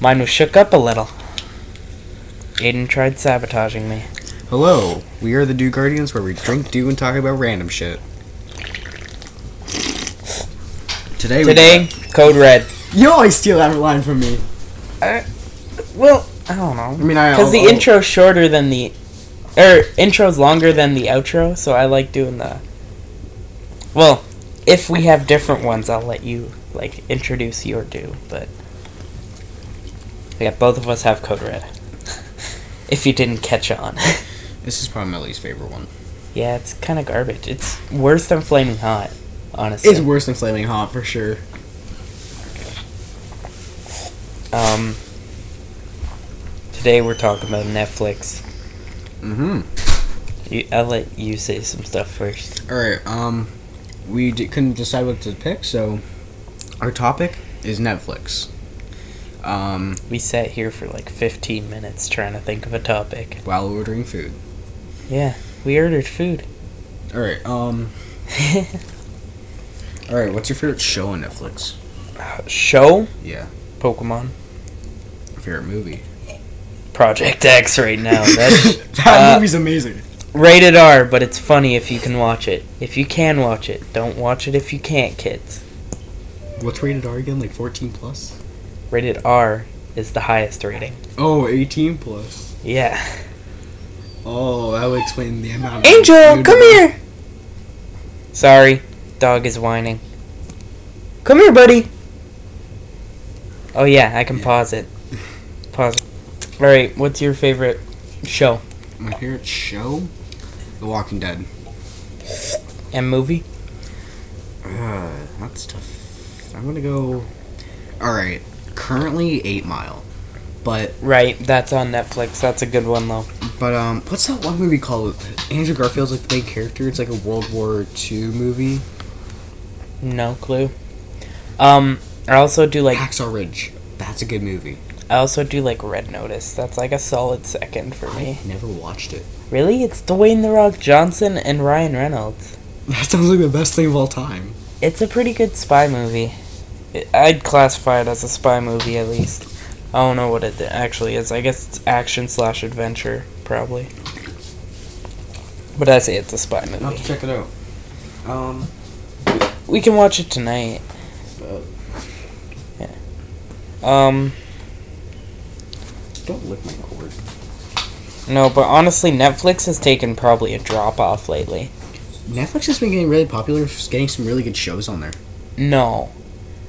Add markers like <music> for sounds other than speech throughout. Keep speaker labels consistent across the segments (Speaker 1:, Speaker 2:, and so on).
Speaker 1: Mine was shook up a little. Aiden tried sabotaging me.
Speaker 2: Hello, we are the Dew Guardians where we drink dew and talk about random shit. Today,
Speaker 1: Today, Code Red.
Speaker 2: we you always steal that line from me.
Speaker 1: Well, I don't
Speaker 2: I
Speaker 1: know.
Speaker 2: mean, I
Speaker 1: Because the
Speaker 2: I'll-
Speaker 1: intro's shorter than the. Er, intro's longer than the outro, so I like doing the. Well, if we have different ones, I'll let you, like, introduce your do, but. Yeah, both of us have Code Red. <laughs> if you didn't catch on. <laughs>
Speaker 2: This is probably my least favorite one.
Speaker 1: yeah, it's kind of garbage. It's worse than Flaming Hot, honestly.
Speaker 2: It's worse than Flaming Hot for sure.
Speaker 1: Um, today we're talking about Netflix.
Speaker 2: Mm-hmm.
Speaker 1: You, I'll let you say some stuff first.
Speaker 2: All right. Um, we d- couldn't decide what to pick, so our topic is Netflix. Um,
Speaker 1: We sat here for like 15 minutes trying to think of a topic.
Speaker 2: while ordering food.
Speaker 1: Yeah, we ordered food. <laughs>
Speaker 2: All right. Um.
Speaker 1: Uh,
Speaker 2: All right. What's your favorite show on Netflix?
Speaker 1: Show
Speaker 2: Yeah.
Speaker 1: Pokemon
Speaker 2: Favorite movie.
Speaker 1: Project X right <laughs> now. That's
Speaker 2: <laughs> that
Speaker 1: uh,
Speaker 2: movie's amazing.
Speaker 1: rated R, but it's funny if you can watch it. If you can watch it, don't watch it if you can't, kids.
Speaker 2: What's rated R again? Like 14 plus?
Speaker 1: Rated R is the highest rating.
Speaker 2: Oh, 18 plus.
Speaker 1: Yeah.
Speaker 2: Oh, that would explain the amount. of
Speaker 1: Angel,
Speaker 2: food-
Speaker 1: come here. Sorry, dog is whining. Come here, buddy. Oh yeah, I can pause it. Pause. All right, what's your favorite show
Speaker 2: My favorite show? The Walking Dead.
Speaker 1: and movie?
Speaker 2: Uh, that's tough. I'm gonna go. All right. Currently, Eight Mile. But
Speaker 1: Right, that's on Netflix. That's a good one though.
Speaker 2: but um, what's that one movie called? Andrew Garfield's like the main character. It's like a World War II movie.
Speaker 1: No clue. Um, I also do like
Speaker 2: Hacksaw Ridge. That's a good movie.
Speaker 1: I also do like Red Notice. That's like a solid second for me.
Speaker 2: I never watched it. <laughs>
Speaker 1: Really, it's Dwayne the Rock Johnson and Ryan Reynolds.
Speaker 2: That sounds like the best thing of all time.
Speaker 1: It's a pretty good spy movie. I- I'd classify it as a spy movie at least. I don't know what it actually is. I guess it's action slash adventure, probably. But I say it's a spy
Speaker 2: I'll have to
Speaker 1: movie.
Speaker 2: check it out. Um,
Speaker 1: We can watch it tonight.
Speaker 2: Uh.
Speaker 1: Yeah. Um.
Speaker 2: don't lick my cord.
Speaker 1: No, but honestly, Netflix has taken probably a drop off lately.
Speaker 2: Netflix has been getting really popular. It's getting some really good shows on there.
Speaker 1: No,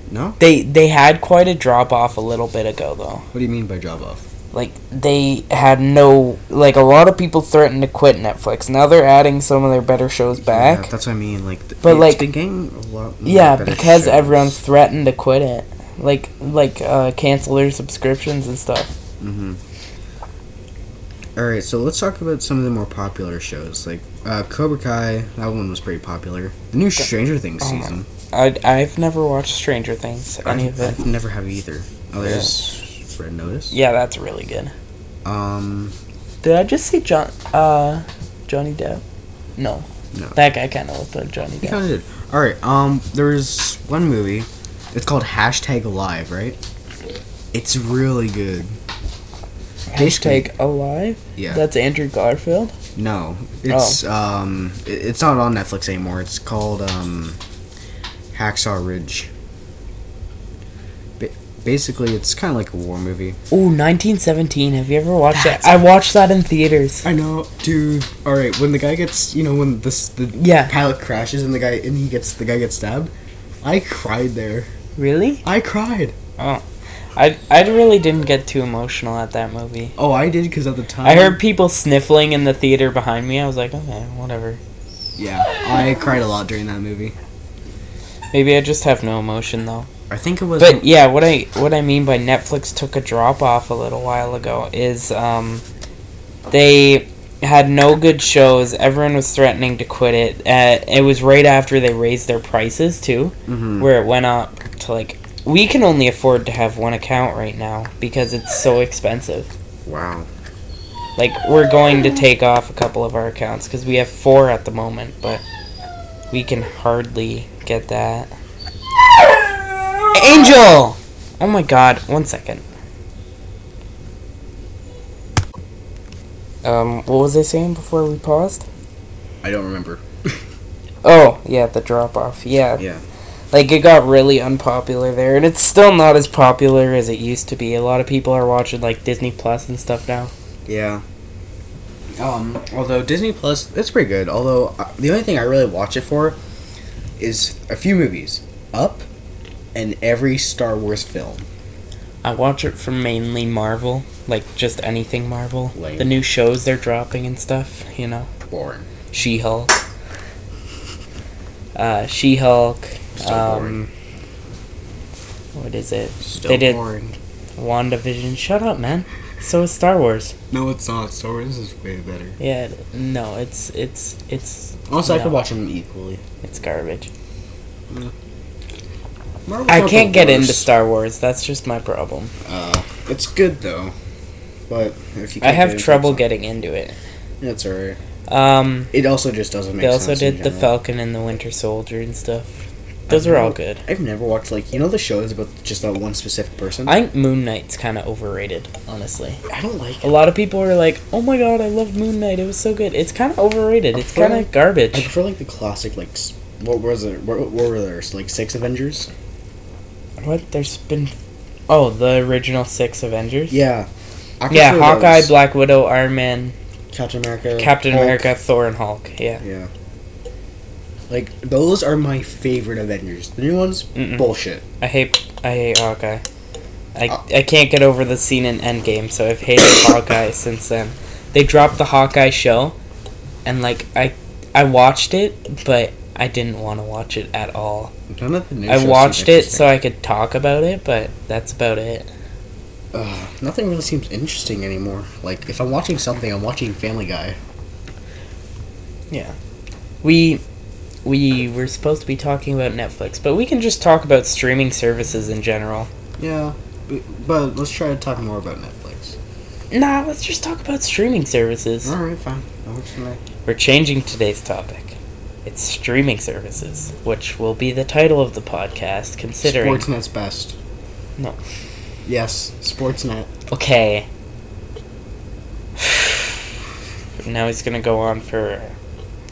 Speaker 2: No?
Speaker 1: they they had quite a drop off a little bit ago though.
Speaker 2: What do you mean by job off?
Speaker 1: like they had no like a lot of people threatened to quit Netflix. Now they're adding some of their better shows back.
Speaker 2: Yeah, that's what I mean. Like, th-
Speaker 1: But,
Speaker 2: it's
Speaker 1: like-
Speaker 2: been getting a lot. more
Speaker 1: Yeah,
Speaker 2: better
Speaker 1: because
Speaker 2: shows.
Speaker 1: everyone threatened to quit it. Like like uh cancel their subscriptions and stuff.
Speaker 2: Mhm. All right, so let's talk about some of the more popular shows. Like uh, Cobra Kai, that one was pretty popular. The new Stranger Things
Speaker 1: Oh my-
Speaker 2: season.
Speaker 1: I I've never watched Stranger Things any
Speaker 2: I,
Speaker 1: of it.
Speaker 2: I never have either. Oh, there's Red Notice.
Speaker 1: Yeah, that's really good.
Speaker 2: Um,
Speaker 1: Did I just see John uh Johnny Depp? No.
Speaker 2: No.
Speaker 1: That guy kind of looked like Johnny
Speaker 2: you
Speaker 1: Depp.
Speaker 2: kind of did. All right. Um, there's one movie. It's called Hashtag Alive, right? It's really good. Basically-
Speaker 1: Hashtag alive.
Speaker 2: Yeah.
Speaker 1: That's Andrew Garfield.
Speaker 2: No, it's um, i- it's not on Netflix anymore. It's called um, Hacksaw Ridge. Ba- basically, it's kind of like a war movie.
Speaker 1: Ooh, 1917. Have you ever watched
Speaker 2: That's-
Speaker 1: that? I watched that in theaters.
Speaker 2: I know, dude. All right, when the guy gets, you know, when this the
Speaker 1: Yeah.
Speaker 2: pilot crashes and the guy and he gets the guy gets stabbed, I cried there.
Speaker 1: Really?
Speaker 2: I cried.
Speaker 1: I, I really didn't get too emotional at that movie.
Speaker 2: Oh, I did because at the time
Speaker 1: I heard people sniffling in the theater behind me. I was like, okay, whatever.
Speaker 2: Yeah, I cried a lot during that movie.
Speaker 1: Maybe I just have no emotion though.
Speaker 2: I think it was. E-
Speaker 1: But yeah, what I what I mean by Netflix took a drop off a little while ago is um they had no good shows. Everyone was threatening to quit it. Uh, it was right after they raised their prices too,
Speaker 2: Mhm.
Speaker 1: where it went up to like we can only afford to have one account right now because it's so expensive. <laughs>
Speaker 2: wow.
Speaker 1: Like we're going to take off a couple of our accounts because we have four at the moment, but we can hardly get that. Angel! Oh my god! One second. Um, what was I saying before we paused?
Speaker 2: I don't remember.
Speaker 1: Oh, yeah, the drop off. Yeah.
Speaker 2: Yeah.
Speaker 1: Like it got really unpopular there and it's still not as popular as it used to be. A lot of people are watching like Disney Plus and stuff now.
Speaker 2: Yeah. Um, although Disney Plus, that's pretty good. Although uh, the only thing I really watch it for is a few movies, Up, and every Star Wars film.
Speaker 1: I watch it for mainly Marvel, like just anything Marvel.
Speaker 2: Lame.
Speaker 1: The new shows they're dropping and stuff, you know.
Speaker 2: Boring.
Speaker 1: She Hulk. Uh, she Hulk.
Speaker 2: Still boring.
Speaker 1: Um, what is it?
Speaker 2: Still
Speaker 1: they did-
Speaker 2: boring.
Speaker 1: WandaVision. Shut up, man. So is Star Wars.
Speaker 2: No, it's not. Star Wars is way better.
Speaker 1: Yeah, no, it's it's it's
Speaker 2: Also, I
Speaker 1: No.
Speaker 2: could watch them equally.
Speaker 1: it's garbage.
Speaker 2: Marvel's
Speaker 1: I
Speaker 2: not the
Speaker 1: can't get into
Speaker 2: worst.
Speaker 1: Star Wars. That's just my problem.
Speaker 2: Uh, it's good though, but if
Speaker 1: I
Speaker 2: you can't get
Speaker 1: have
Speaker 2: into
Speaker 1: trouble
Speaker 2: it,
Speaker 1: getting into it.
Speaker 2: That's alright.
Speaker 1: Um,
Speaker 2: It also just doesn't make
Speaker 1: they also
Speaker 2: sense in
Speaker 1: did the
Speaker 2: general.
Speaker 1: Falcon and the Winter Soldier and stuff. Those are all
Speaker 2: never-
Speaker 1: good.
Speaker 2: I've never watched like you know the shows about just that one specific person.
Speaker 1: I think Moon Knight's kind of overrated, honestly.
Speaker 2: I don't like.
Speaker 1: A lot of people are like, "Oh my god, I loved Moon Knight. It was so good." It's kind of overrated.
Speaker 2: I
Speaker 1: It's
Speaker 2: prefer-
Speaker 1: kind of
Speaker 2: I
Speaker 1: garbage.
Speaker 2: prefer like the classic like s- what was it? What, what were there? Like six Avengers?
Speaker 1: What? There's been Oh, the original 6 Avengers?
Speaker 2: Yeah. I
Speaker 1: Yeah,
Speaker 2: prefer
Speaker 1: Hawkeye,
Speaker 2: those.
Speaker 1: Black Widow, Iron Man,
Speaker 2: Captain America,
Speaker 1: Captain
Speaker 2: Uh, Hulk.
Speaker 1: America, Thor, and Hulk. Yeah.
Speaker 2: Yeah. Like those are my favorite Avengers. The new ones,
Speaker 1: Mm-mm.
Speaker 2: bullshit.
Speaker 1: I hate I hate Hawkeye. I,
Speaker 2: Oh.
Speaker 1: I can't get over the scene in Endgame, so I've hated Hawkeye since then. They dropped the Hawkeye show, and like I I watched it, but I didn't want to watch it at all.
Speaker 2: None of the new. shows
Speaker 1: I
Speaker 2: seem
Speaker 1: watched it
Speaker 2: interesting.
Speaker 1: so I could talk about it, but that's about it.
Speaker 2: Ugh, nothing really seems interesting anymore. Like if I'm watching something, I'm watching Family Guy.
Speaker 1: We we were supposed to be talking about Netflix, but we can just talk about streaming services in general.
Speaker 2: Yeah, b- but let's try to talk more about Netflix.
Speaker 1: Nah, let's just talk about streaming services.
Speaker 2: All right, fine. That works for me.
Speaker 1: We're changing today's topic. It's streaming services, which will be the title of the podcast, considering.
Speaker 2: Sportsnet's best.
Speaker 1: No.
Speaker 2: Yes, Sportsnet.
Speaker 1: Okay. <sighs> now he's gonna go on for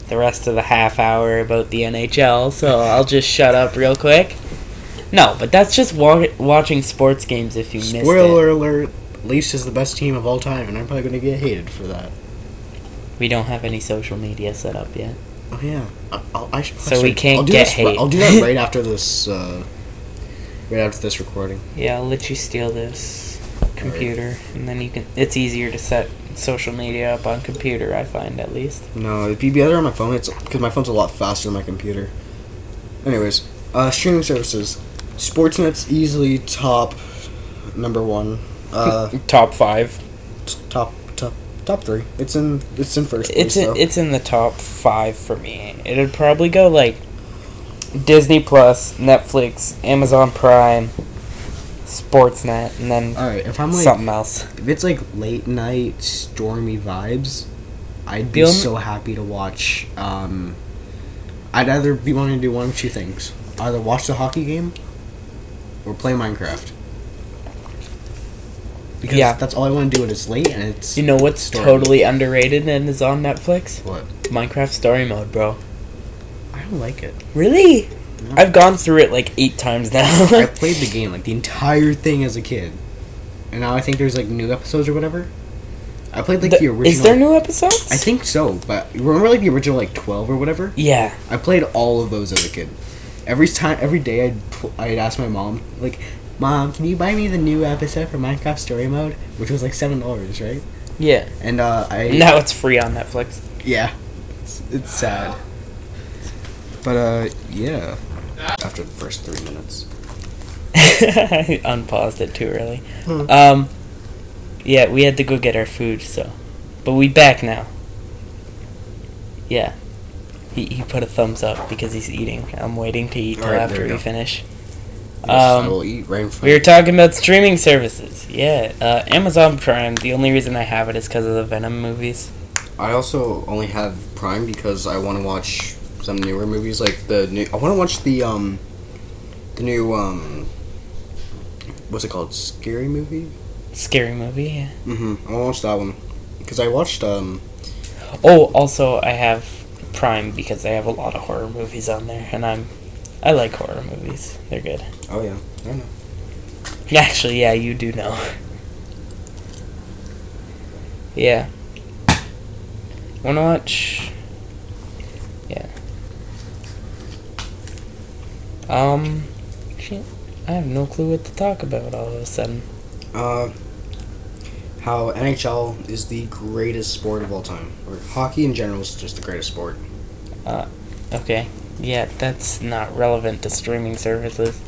Speaker 1: the rest of the half hour about the NHL, so I'll just shut up real quick. No, but that's just wa- watching sports games if you missed it.
Speaker 2: Spoiler alert: Leafs is the best team of all time, and I'm probably gonna get hated for that.
Speaker 1: We don't have any social media set up yet.
Speaker 2: Oh yeah, I, I'll, I should.
Speaker 1: So
Speaker 2: I'll
Speaker 1: we
Speaker 2: do
Speaker 1: can't
Speaker 2: this
Speaker 1: get
Speaker 2: ri-
Speaker 1: hate.
Speaker 2: I'll do that
Speaker 1: <laughs>
Speaker 2: right after this. Uh, right after this recording.
Speaker 1: Yeah, I'll let you steal this computer, and then you can. It's easier to set social media up on computer. I find at least.
Speaker 2: No, it'd be better on my phone. It's because my phone's a lot faster than my computer. Anyways, uh, streaming services. Sportsnet's easily top number one.
Speaker 1: <laughs>
Speaker 2: Uh,
Speaker 1: top five.
Speaker 2: t- top top top three. It's in it's in first. Place,
Speaker 1: It's in,
Speaker 2: though.
Speaker 1: it's in the top five for me. It'd probably go like Disney Plus, Netflix, Amazon Prime, Sportsnet, and then
Speaker 2: all right. If I'm like
Speaker 1: something else.
Speaker 2: if it's like late night stormy vibes, I'd be
Speaker 1: The only-
Speaker 2: so happy to watch. Um, I'd either be wanting to do one of two things: either watch the hockey game or play Minecraft. Because
Speaker 1: Yeah.
Speaker 2: that's all I want to do when it's late and it's
Speaker 1: You know what's
Speaker 2: Story.
Speaker 1: totally underrated and is on Netflix?
Speaker 2: what
Speaker 1: Minecraft Story Mode, bro.
Speaker 2: I don't like it.
Speaker 1: Really?
Speaker 2: No.
Speaker 1: I've gone through it like eight times <laughs>
Speaker 2: I
Speaker 1: now.
Speaker 2: played the game like the entire thing as a kid, and now I think there's like new episodes or whatever. I played like the,
Speaker 1: The-
Speaker 2: original.
Speaker 1: is there new episodes?
Speaker 2: I think so, but remember like the original like twelve or whatever.
Speaker 1: Yeah.
Speaker 2: I played all of those as a kid. Every time, every day, I'd pl- I'd ask my mom like, "Mom, can you buy me the new episode for Minecraft Story Mode?" Which was like seven dollars, right?
Speaker 1: Yeah.
Speaker 2: And uh, I
Speaker 1: Now it's free on Netflix. <laughs>
Speaker 2: yeah, it's, it's sad. But uh, yeah. After the first three minutes,
Speaker 1: I unpaused it too early.
Speaker 2: Hmm.
Speaker 1: Um, yeah, we had to go get our food, so. But we back now. Yeah. He, he put a thumbs up because he's eating. I'm waiting to eat till
Speaker 2: All right,
Speaker 1: after
Speaker 2: there
Speaker 1: we
Speaker 2: we go.
Speaker 1: finish.
Speaker 2: Yes, I
Speaker 1: Um,
Speaker 2: will eat right in front
Speaker 1: We were
Speaker 2: of
Speaker 1: talking about streaming services. Yeah, uh, Amazon Prime. The only reason I have it is because of the Venom movies.
Speaker 2: I also only have Prime because I want to watch some newer movies, like the new. I want to watch the um, the new um, what's it called? Scary movie.
Speaker 1: Scary movie. Yeah.
Speaker 2: Mm-hmm. I want to watch that one. because I watched um
Speaker 1: Oh, also I have Prime because they have a lot of horror movies on there, and I'm I like horror movies. They're good. <laughs>
Speaker 2: oh yeah I know
Speaker 1: Actually, yeah, you do know. yeah. Wanna watch? Yeah. Um, shit. I have no clue what to talk about all of a sudden.
Speaker 2: uh how NHL is the greatest sport of all time or hockey in general is just the greatest sport
Speaker 1: Okay. Yeah, that's not relevant to streaming services.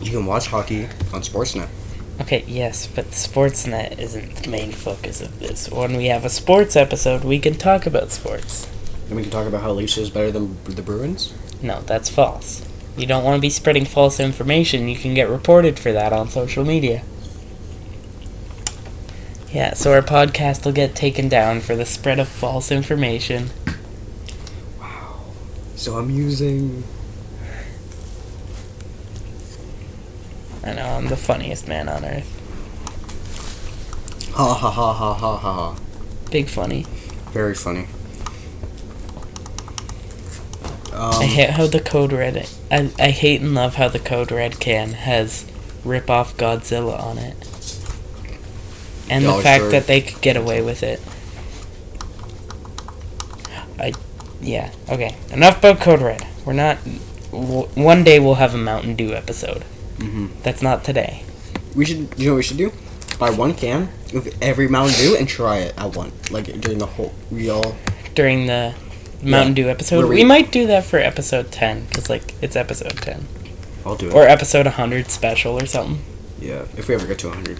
Speaker 2: you can watch hockey on Sportsnet
Speaker 1: Okay, yes, but Sportsnet isn't the main focus of this. When we have a sports episode, we can talk about sports.
Speaker 2: and we can talk about how Leafs is better than the Bruins
Speaker 1: No, that's false. You don't want to be spreading false information. You can get reported for that on social media. Yeah, so our podcast will get taken down for the spread of false information.
Speaker 2: wow so I'm using
Speaker 1: I know, I'm the funniest man on earth.
Speaker 2: ha ha ha ha ha ha ha
Speaker 1: Big funny.
Speaker 2: very funny
Speaker 1: I
Speaker 2: um <laughs>
Speaker 1: hate how the Code Red. I, I hate and love how the Code Red can has rip off Godzilla on it. And the
Speaker 2: Dollar
Speaker 1: fact
Speaker 2: store.
Speaker 1: that they could get away with it. I. Yeah, okay. Enough about Code Red. We're not. W- one day we'll have a Mountain Dew episode.
Speaker 2: mhm.
Speaker 1: That's not today.
Speaker 2: we should you know what we should do buy one can of every Mountain Dew and try it at one like during the whole we all
Speaker 1: During the Mountain Dew episode.
Speaker 2: Where
Speaker 1: We,
Speaker 2: we-
Speaker 1: might do that for episode 10, because, like, it's episode 10.
Speaker 2: I'll do it
Speaker 1: Or episode 100 special or something.
Speaker 2: yeah if we ever get to 100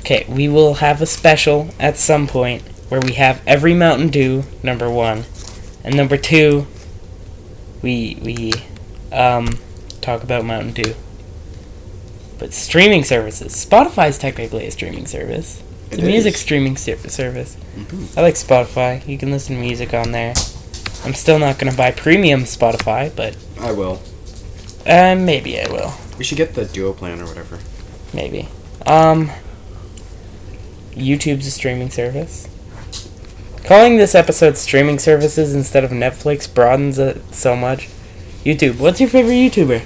Speaker 1: Okay, we will have a special at some point where we have every Mountain Dew, number one. And number two, we we um talk about Mountain Dew. But streaming services. Spotify's technically a streaming service. It's
Speaker 2: It
Speaker 1: a music
Speaker 2: is.
Speaker 1: streaming ser- service.
Speaker 2: Mhm.
Speaker 1: I like Spotify. You can listen to music on there. I'm still not going to buy premium Spotify, but
Speaker 2: I will
Speaker 1: uh, maybe I will.
Speaker 2: we should get the duo plan or whatever
Speaker 1: Maybe. Um, YouTube's a streaming service. Calling this episode streaming services instead of Netflix broadens it so much. YouTube. What's your favorite YouTuber?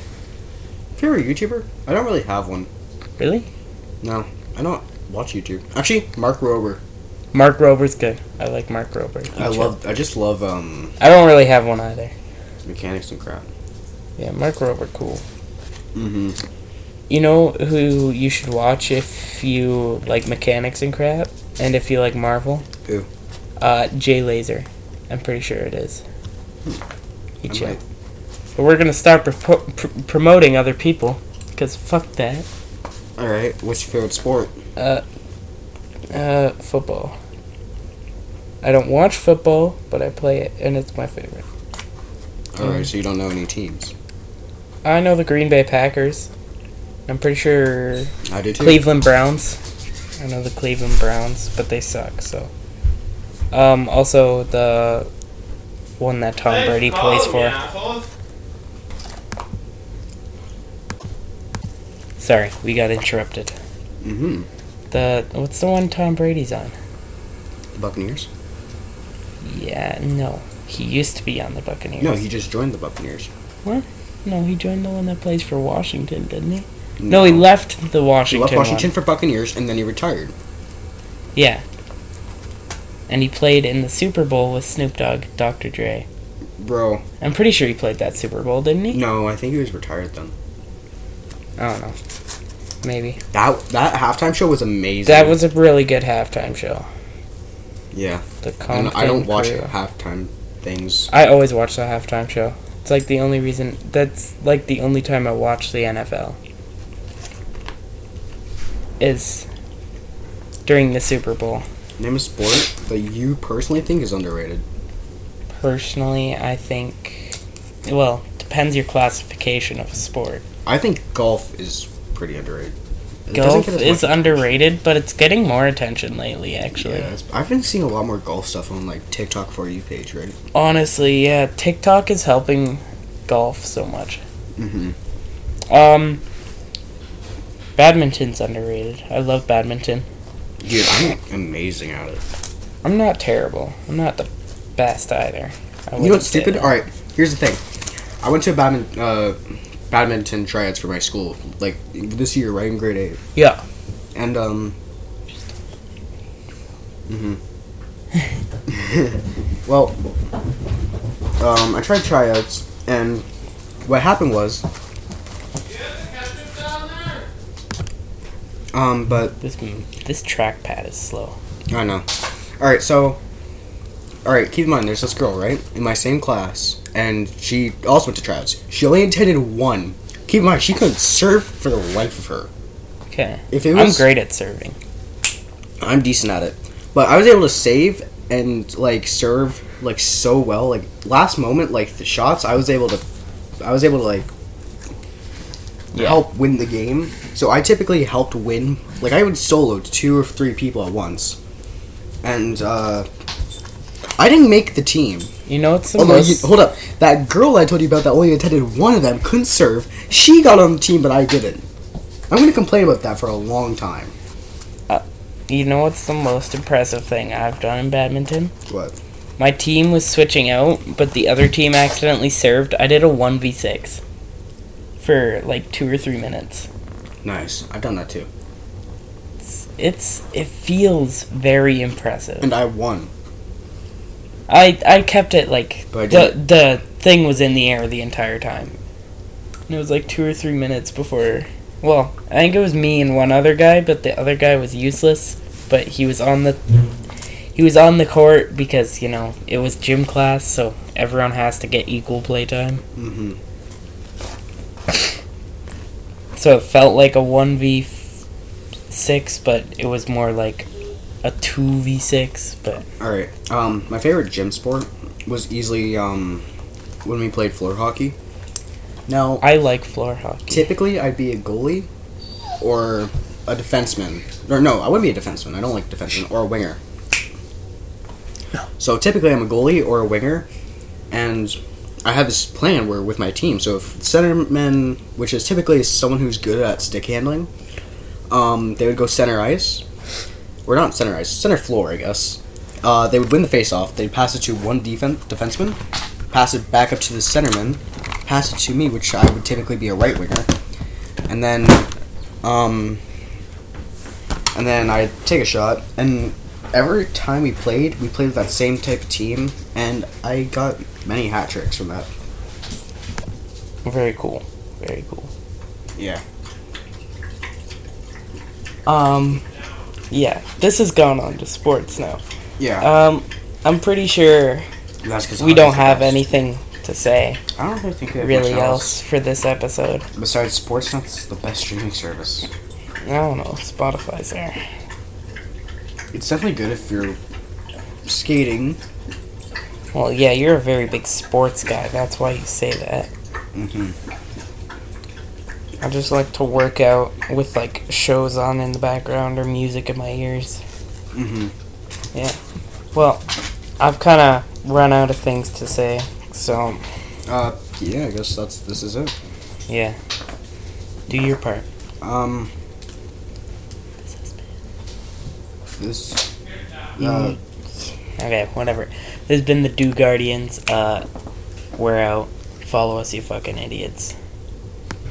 Speaker 2: if you're a YouTuber I don't really have one
Speaker 1: Really?
Speaker 2: no I don't watch YouTube actually Mark Rober
Speaker 1: Mark Rober's good. I like Mark Rober.
Speaker 2: I love I just love um
Speaker 1: I don't really have one either.
Speaker 2: mechanics and crap
Speaker 1: Yeah, Mark Rober, cool.
Speaker 2: mm-hmm
Speaker 1: You know who you should watch if you like mechanics and crap, and if you like Marvel.
Speaker 2: Who?
Speaker 1: Uh, Jay Laser. I'm pretty sure it is. He
Speaker 2: I
Speaker 1: chill.
Speaker 2: might.
Speaker 1: But we're gonna start propo- pr- promoting other people, cause fuck that.
Speaker 2: all right what's your favorite sport
Speaker 1: Uh, uh, football. I don't watch football, but I play it, and it's my favorite.
Speaker 2: all
Speaker 1: Mm-hmm.
Speaker 2: right so you don't know any teams
Speaker 1: I know the Green Bay Packers. I'm pretty sure
Speaker 2: I do too
Speaker 1: Cleveland Browns. I know the Cleveland Browns, but they suck. So, um, also the one that Tom Brady plays for. Sorry, we got interrupted.
Speaker 2: mm-hmm
Speaker 1: The what's the one Tom Brady's on?
Speaker 2: the Buccaneers
Speaker 1: Yeah, no, he used to be on the Buccaneers.
Speaker 2: no he just joined the Buccaneers
Speaker 1: no, he joined the one that plays for Washington, didn't he? No, he left the
Speaker 2: He
Speaker 1: Washington.
Speaker 2: left Washington
Speaker 1: one.
Speaker 2: for Buccaneers and then he retired.
Speaker 1: Yeah. And he played in the Super Bowl with Snoop Dogg, Dr. Dre.
Speaker 2: Bro,
Speaker 1: I'm pretty sure he played that Super Bowl, didn't he?
Speaker 2: no, I think he was retired then.
Speaker 1: I don't know. Maybe.
Speaker 2: That that halftime show was amazing.
Speaker 1: That was a really good halftime show.
Speaker 2: yeah.
Speaker 1: The
Speaker 2: And
Speaker 1: Compton
Speaker 2: I don't watch
Speaker 1: Crew.
Speaker 2: halftime things.
Speaker 1: I always watch the halftime show. It's like the only reason. That's like the only time I watch the NFL. Is during the Super Bowl.
Speaker 2: Name a sport that you personally think is underrated.
Speaker 1: Personally, I think. Well, depends your classification of a sport.
Speaker 2: I think golf is pretty underrated. It doesn't
Speaker 1: Golf
Speaker 2: get as
Speaker 1: is
Speaker 2: much-
Speaker 1: underrated, but it's getting more attention lately, actually.
Speaker 2: Yeah, it's, I've been seeing a lot more golf stuff on like TikTok for you page, right?
Speaker 1: Honestly, yeah, TikTok is helping golf so much.
Speaker 2: Mm-hmm.
Speaker 1: Um, badminton's underrated. I love badminton.
Speaker 2: Dude, I'm amazing at it.
Speaker 1: I'm not terrible. I'm not the best either. I
Speaker 2: You know
Speaker 1: wouldn't
Speaker 2: what's
Speaker 1: say
Speaker 2: stupid?
Speaker 1: that.
Speaker 2: All right, here's the thing. I went to a badminton, uh, badminton tryouts for my school, like this year, right in grade eight,
Speaker 1: Yeah.
Speaker 2: and um. hmm <laughs> well, um, I tried tryouts, and what happened was, um, but
Speaker 1: This m- this trackpad is slow.
Speaker 2: I know. All right, so all right, keep in mind there's this girl, right, in my same class, and she also went to tryouts. She only attended one. Keep in mind she couldn't serve for the life of her.
Speaker 1: Okay.
Speaker 2: If it
Speaker 1: I'm
Speaker 2: was,
Speaker 1: great at serving.
Speaker 2: I'm decent at it, but I was able to save and like serve like so well. Like last moment, like the shots, I was able to, I was able to like
Speaker 1: Yeah.
Speaker 2: help win the game. So I typically helped win. Like I would solo two or three people at once, and uh, I didn't make the team.
Speaker 1: You know what's the
Speaker 2: Although, you,
Speaker 1: most
Speaker 2: hold up, that girl I told you about that only attended one of them couldn't serve. She got on the team, but I didn't. I'm gonna complain about that for a long time.
Speaker 1: you know what's the most impressive thing I've done in badminton?
Speaker 2: What?
Speaker 1: My team was switching out, but the other team accidentally served. I did a 1v6 for like 2 or 3 minutes.
Speaker 2: Nice. I've done that too,
Speaker 1: It's, it's it feels very impressive.
Speaker 2: and I won.
Speaker 1: I I kept it like
Speaker 2: But I
Speaker 1: the the thing was in the air the entire time. And it was like two or three minutes before. Well, I think it was me and one other guy, but the other guy was useless. But he was on the he was on the court because you know it was gym class, so everyone has to get equal play time.
Speaker 2: Mm-hmm.
Speaker 1: So it felt like a one v six, but it was more like a two v six. But
Speaker 2: All right. Um, my favorite gym sport was easily um, when we played floor hockey. Now,
Speaker 1: I like floor hockey.
Speaker 2: typically I'd be a goalie or a defenseman. Or no, I wouldn't be a defenseman. I don't like defenseman or a winger. So typically I'm a goalie or a winger, and I have this plan where with my team. So if centerman, which is typically someone who's good at stick handling, um, they would go center ice, or not center ice, center floor, I guess. Uh, they would win the face-off. They'd pass it to one defen- defenseman, pass it back up to the centerman, pass it to me, which I would typically be a right winger, and then, um, and then I take a shot. And every time we played, we played with that same type of team, and I got many hat tricks from that.
Speaker 1: Very cool. Very cool.
Speaker 2: Yeah.
Speaker 1: Um, yeah, this has gone on to sports now.
Speaker 2: Yeah.
Speaker 1: Um, I'm pretty sure
Speaker 2: That's because
Speaker 1: we don't have anything to say
Speaker 2: I don't really think we have
Speaker 1: really
Speaker 2: much
Speaker 1: else for this episode.
Speaker 2: Besides, Sportsnet's the best streaming service.
Speaker 1: I don't know. Spotify's there.
Speaker 2: It's definitely good if you're skating.
Speaker 1: Well, yeah, you're a very big sports guy. That's why you say that.
Speaker 2: Mm-hmm.
Speaker 1: I just like to work out with like shows on in the background or music in my ears.
Speaker 2: Mm-hmm.
Speaker 1: Well, I've kind of run out of things to say, so
Speaker 2: Uh, yeah, I guess that's this is it.
Speaker 1: yeah. Do your part.
Speaker 2: Um, this. Uh,
Speaker 1: Mm. Okay, whatever. This has been the Do Guardians. Uh, we're out. Follow us, you fucking idiots.